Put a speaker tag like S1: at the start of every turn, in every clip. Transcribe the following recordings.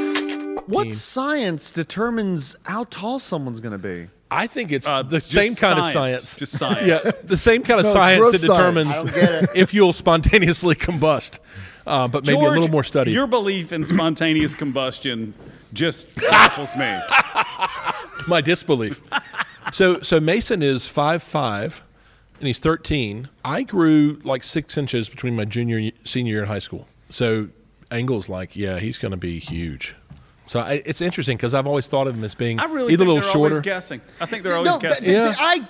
S1: what what science determines how tall someone's going to be?
S2: I think it's
S3: Uh,
S2: the
S3: just
S2: same kind of
S3: science.
S2: science.
S3: Just science.
S2: Yeah, the same kind of
S1: No, it's
S2: science
S1: growth
S2: that
S1: science.
S2: determines
S1: I don't get
S2: if you'll spontaneously combust. Uh, but maybe a little
S3: George,
S2: more study.
S3: Your belief in spontaneous combustion just baffles me.
S2: my disbelief. so so Mason is five five, and he's thirteen. I grew like six inches between my junior y- senior year in high school. So Engel's like, yeah, he's going to be huge. So I, it's interesting because I've always thought of him as being
S3: I really
S2: either a
S3: think
S2: little
S3: they're
S2: shorter.
S3: always guessing. I think they're always
S1: no, th-
S3: guessing.
S1: th-
S2: Yeah.
S1: th- I.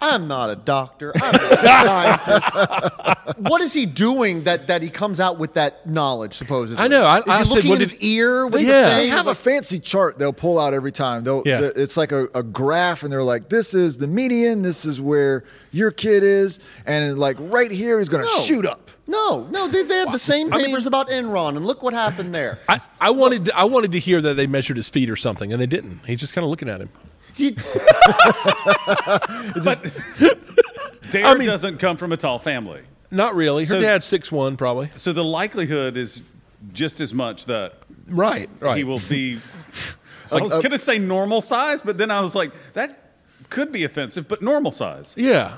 S1: I'm not a doctor. I'm not a scientist. what is he doing that, that he comes out with that knowledge? Supposedly,
S2: I know, I-
S1: is
S2: I
S1: he
S2: said,
S1: looking
S2: what
S1: at
S2: did-
S1: his ear? With
S2: Yeah.
S1: the
S2: They
S1: thing?
S4: They have a
S1: Like,
S4: fancy chart they'll pull out every time. They'll,
S2: Yeah.
S4: the- it's like a, a graph, and they're like, "This is the median. This is where your kid is, and like right here is going to
S1: No.
S4: shoot up."
S1: No, no, they, they had the same
S2: I mean-
S1: papers about Enron, and look what happened there.
S2: I, I wanted I wanted to hear that they measured his feet or something, and they didn't. He's just kind of looking at him.
S1: He-
S3: Dare
S2: I mean-
S3: doesn't come from a tall family.
S2: Not really. Her
S3: So-
S2: dad's six one, probably.
S3: So the likelihood is just as much that
S2: Right, right.
S3: he will be. I was going to say normal size, but then I was like, that could be offensive, but normal size.
S2: Yeah.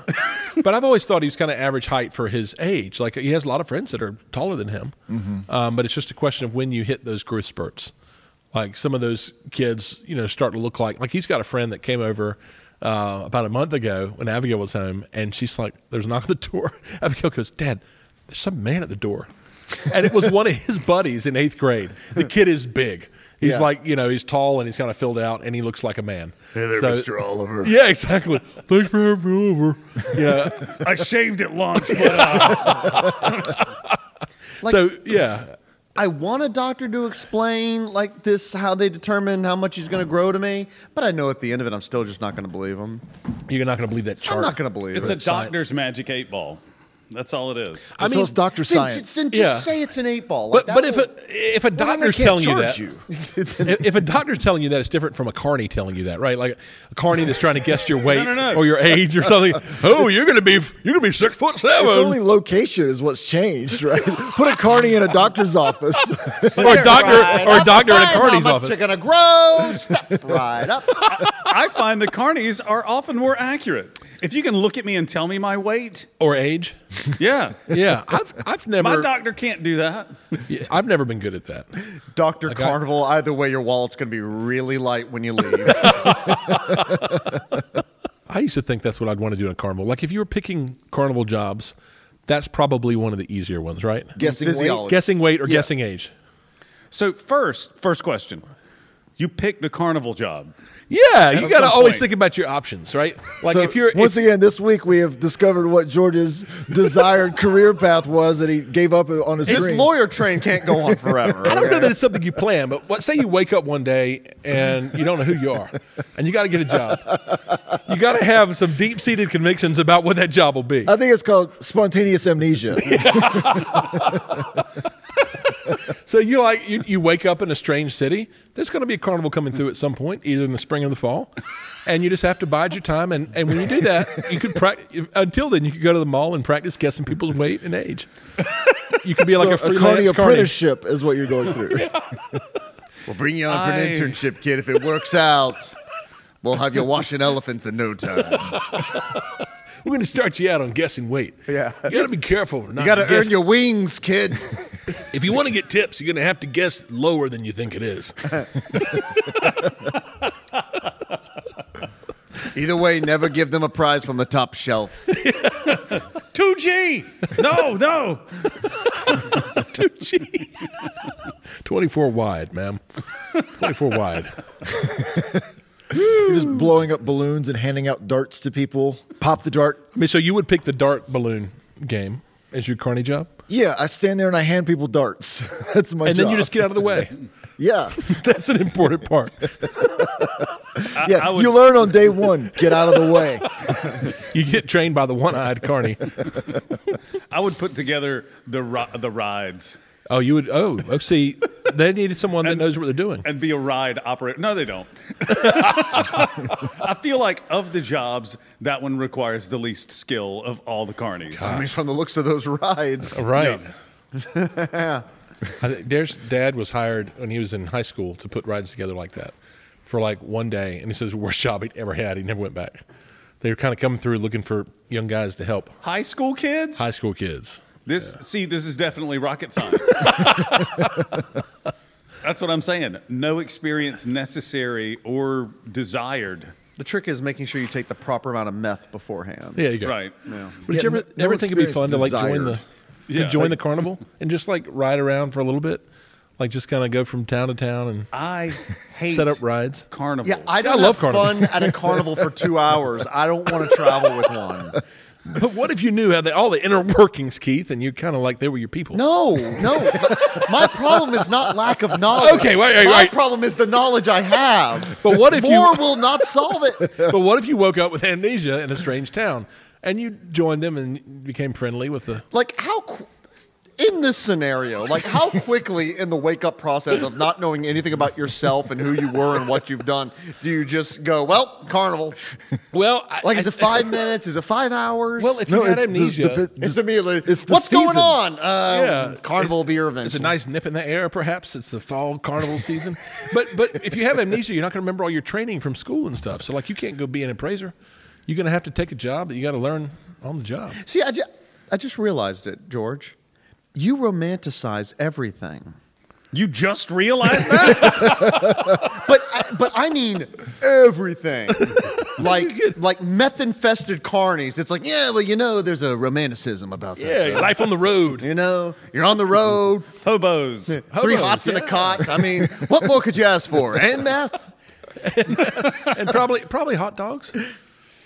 S2: but I've always thought he was kind of average height for his age. Like he has a lot of friends that are taller than him.
S5: Mm-hmm.
S2: Um, but it's just a question of when you hit those growth spurts. Like some of those kids, you know, start to look like like he's got a friend that came over uh, about a month ago when Abigail was home, and she's like, "There's a knock at the door." Abigail goes, "Dad, there's some man at the door," and it was one of his buddies in eighth grade. The kid is big. He's
S4: Yeah.
S2: like, you know, he's tall and he's kind of filled out, and he looks like a man.
S5: Hey there,
S2: So-
S5: Mr. Oliver.
S2: Yeah, exactly. Thanks for having me over. Yeah.
S3: I shaved it lunch, but uh,
S1: like,
S2: so yeah,
S1: I want a doctor to explain like this how they determine how much he's going to grow to me, but I know at the end of it, I'm still just not going to believe him.
S2: you're not going to believe that chart.
S1: I'm not going to believe
S3: it's a
S1: it.
S2: science.
S3: doctor's magic eight ball. That's all it is.
S2: I
S4: so
S2: mean,
S4: it's doctor
S1: Then,
S4: science.
S1: just, then just
S2: Yeah.
S1: say it's an eight ball. Like,
S2: but
S1: that
S2: but if
S1: will-
S2: a if a
S4: Well, then they
S2: doctor's
S4: can't
S2: telling you
S4: charge
S2: that, if, if a doctor's telling you that, it's different from a carny telling you that, right? Like a carny that's trying to guess your weight
S3: no, no.
S2: or your age or something. Oh, you're going to be you're going to be six foot seven.
S4: It's only location is what's changed, right? Put a carny in a doctor's office.
S2: or a doctor
S1: Right
S2: or a
S1: up,
S2: doctor in a
S1: find
S2: carny's
S1: how much You're
S2: office.
S1: going to grow. Step right up.
S3: I find the carnies are often more accurate. If you can look at me and tell me my weight,
S2: Or age.
S3: yeah.
S2: Yeah, I've I've
S3: My
S2: never
S3: doctor can't do that.
S2: yeah, I've never been good at that.
S1: Dr.
S2: got-
S1: Carnival, either way, your wallet's going to be really light when you leave.
S2: I used to think that's what I'd want to do in a carnival. Like if you were picking carnival jobs, that's probably one of the easier ones, right?
S4: Guessing weight.
S1: Physiology.
S2: Guessing weight or guessing age.
S3: So first, first question. You picked the carnival job.
S2: Yeah, you
S3: At
S2: got to
S3: some
S2: always
S3: point.
S2: think about your options, right? Like
S4: So
S2: if you're
S4: once
S2: if-
S4: again this week, we have discovered what George's desired career path was that he gave up on his
S1: this
S4: dream.
S1: lawyer train can't go on forever.
S2: I don't know that it's something you plan, but what, say you wake up one day and you don't know who you are, and you got to get a job. You got to have some deep seated convictions about what that job will be.
S4: I think it's called spontaneous amnesia.
S2: So you like you, you wake up in a strange city. There's going to be a carnival coming through at some point, either in the spring or the fall, and you just have to bide your time. And, and when you do that, you could prac until then you could go to the mall and practice guessing people's weight and age. You could be like a
S4: a carny
S2: freelance carny.
S4: apprenticeship is what you're going through.
S1: We'll bring you on for
S3: I-
S1: an internship, kid. If it works out, we'll have you washing elephants in no time.
S2: We're going to start you out on guessing weight.
S4: Yeah.
S2: you got to be careful. not
S1: You got to
S2: guess-
S1: earn your wings, kid.
S2: If you want to get tips, you're going to have to guess lower than you think it is.
S1: Either way, never give them a prize from the top shelf.
S3: 2G! No, no.
S2: 24 wide, ma'am. 24 wide.
S4: You're just blowing up balloons and handing out darts to people. Pop the dart.
S2: I mean, so you would pick the dart balloon game as your carny job,
S4: Yeah, I stand there and I hand people darts. That's my
S2: and
S4: job.
S2: then you just get out of the way.
S4: yeah,
S2: That's an important part.
S4: yeah.
S3: I would-
S4: you learn on day one. Get out of the way.
S2: You get trained by the one-eyed carny.
S3: I would put together the ri- the rides
S2: Oh, you would. Oh, oh, see, they needed someone that knows what they're doing.
S3: and be a ride operator. No, they don't. I feel like of the jobs, that one requires the least skill of all the carnies.
S1: I mean, from the looks of those rides.
S2: Right. I, think there's dad was hired when he was in high school to put rides together like that for like one day, and he says the worst job he'd ever had. He never went back. They were kind of coming through looking for young guys to help
S3: High school kids?
S2: high school kids.
S3: This see, this is definitely rocket science. That's what I'm saying. No experience necessary or desired.
S1: The trick is making sure you take the proper amount of meth beforehand.
S2: Yeah, you go
S3: Right.
S2: But did you
S4: Yeah,
S2: ever,
S4: no
S2: ever think it'd be fun
S4: experience
S2: to like join
S4: desired.
S2: the
S3: Yeah,
S2: to join
S3: like-
S2: the carnival and just like ride around for a little bit, like just kind of go from town to town and
S3: I hate
S2: set up rides.
S3: carnivals.
S1: Yeah, I don't
S2: I love
S1: have
S2: carnivals.
S1: fun at a carnival for two hours. I don't want to travel with one.
S2: But what if you knew how they, all the inner workings, Keith, and you kind of like they were your people?
S1: No, no. but My problem is not lack of knowledge.
S2: Okay, wait, wait,
S1: My
S2: wait.
S1: problem is the knowledge I have.
S2: But what if you-
S1: more will not solve it?
S2: But what if you woke up with amnesia in a strange town and you joined them and became friendly with the?
S1: Like how? Qu- in this scenario, like how quickly in the wake up process of not knowing anything about yourself and who you were and what you've done, do you just go, well, carnival?
S2: Well, I,
S1: Like, is it five minutes? Is it five hours?
S2: Well, if
S4: No,
S2: you had
S4: it's-
S2: amnesia,
S4: the- the-
S1: It's immediately.
S4: It's the
S1: What's going
S4: season.
S1: on? Um,
S2: Yeah.
S1: Carnival beer event.
S2: It's a nice nip in the air, perhaps. It's the fall carnival season. But but if you have amnesia, you're not going to remember all your training from school and stuff. So like you can't go be an appraiser. You're going to have to take a job that you got to learn on the job.
S1: See, I, ju- I just realized it, George. You romanticize everything,
S3: You just realized that?
S1: but I, but I mean everything. Like like meth infested carnies. It's like yeah, well you know there's a romanticism about that.
S2: Yeah, life on the road.
S1: You know, you're on the road,
S3: Hobos.
S1: three
S2: Hobos,
S1: hops in a
S2: yeah.
S1: cot. I mean, what more could you ask for? And meth,
S2: And probably probably hot dogs,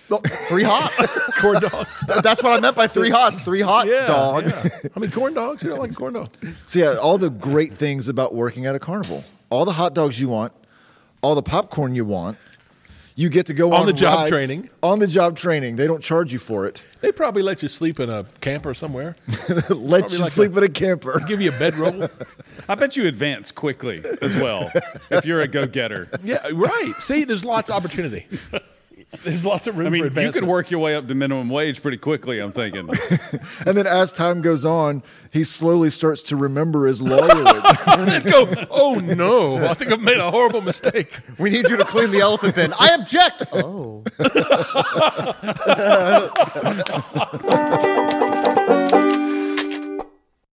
S1: Well, three hops.
S2: corn dogs.
S1: That's what I meant by three hots. Three hot
S2: Yeah,
S1: dogs.
S2: yeah. I mean corn dogs. You don't like corn dogs.
S4: So yeah, all the great things about working at a carnival, all the hot dogs you want, all the popcorn you want, you get to go on,
S2: On the job
S4: rides-
S2: training.
S4: On the job training, they don't charge you for it.
S2: They probably let you sleep in a camper somewhere.
S4: Let
S2: Probably
S4: you
S2: like
S4: sleep
S2: a-
S4: in a camper.
S2: Give you a bedroll.
S3: I bet you advance quickly as well if you're a go getter.
S2: Yeah, right. See, there's lots of opportunity. There's lots of room
S3: I
S2: for
S3: mean, you
S2: advancement.
S3: could work your way up to minimum wage pretty quickly, I'm thinking.
S4: And then as time goes on, he slowly starts to remember his lawyer.
S2: Let's go. Oh no! I think I've made a horrible mistake.
S1: We need you to clean the elephant bin. I object. Oh.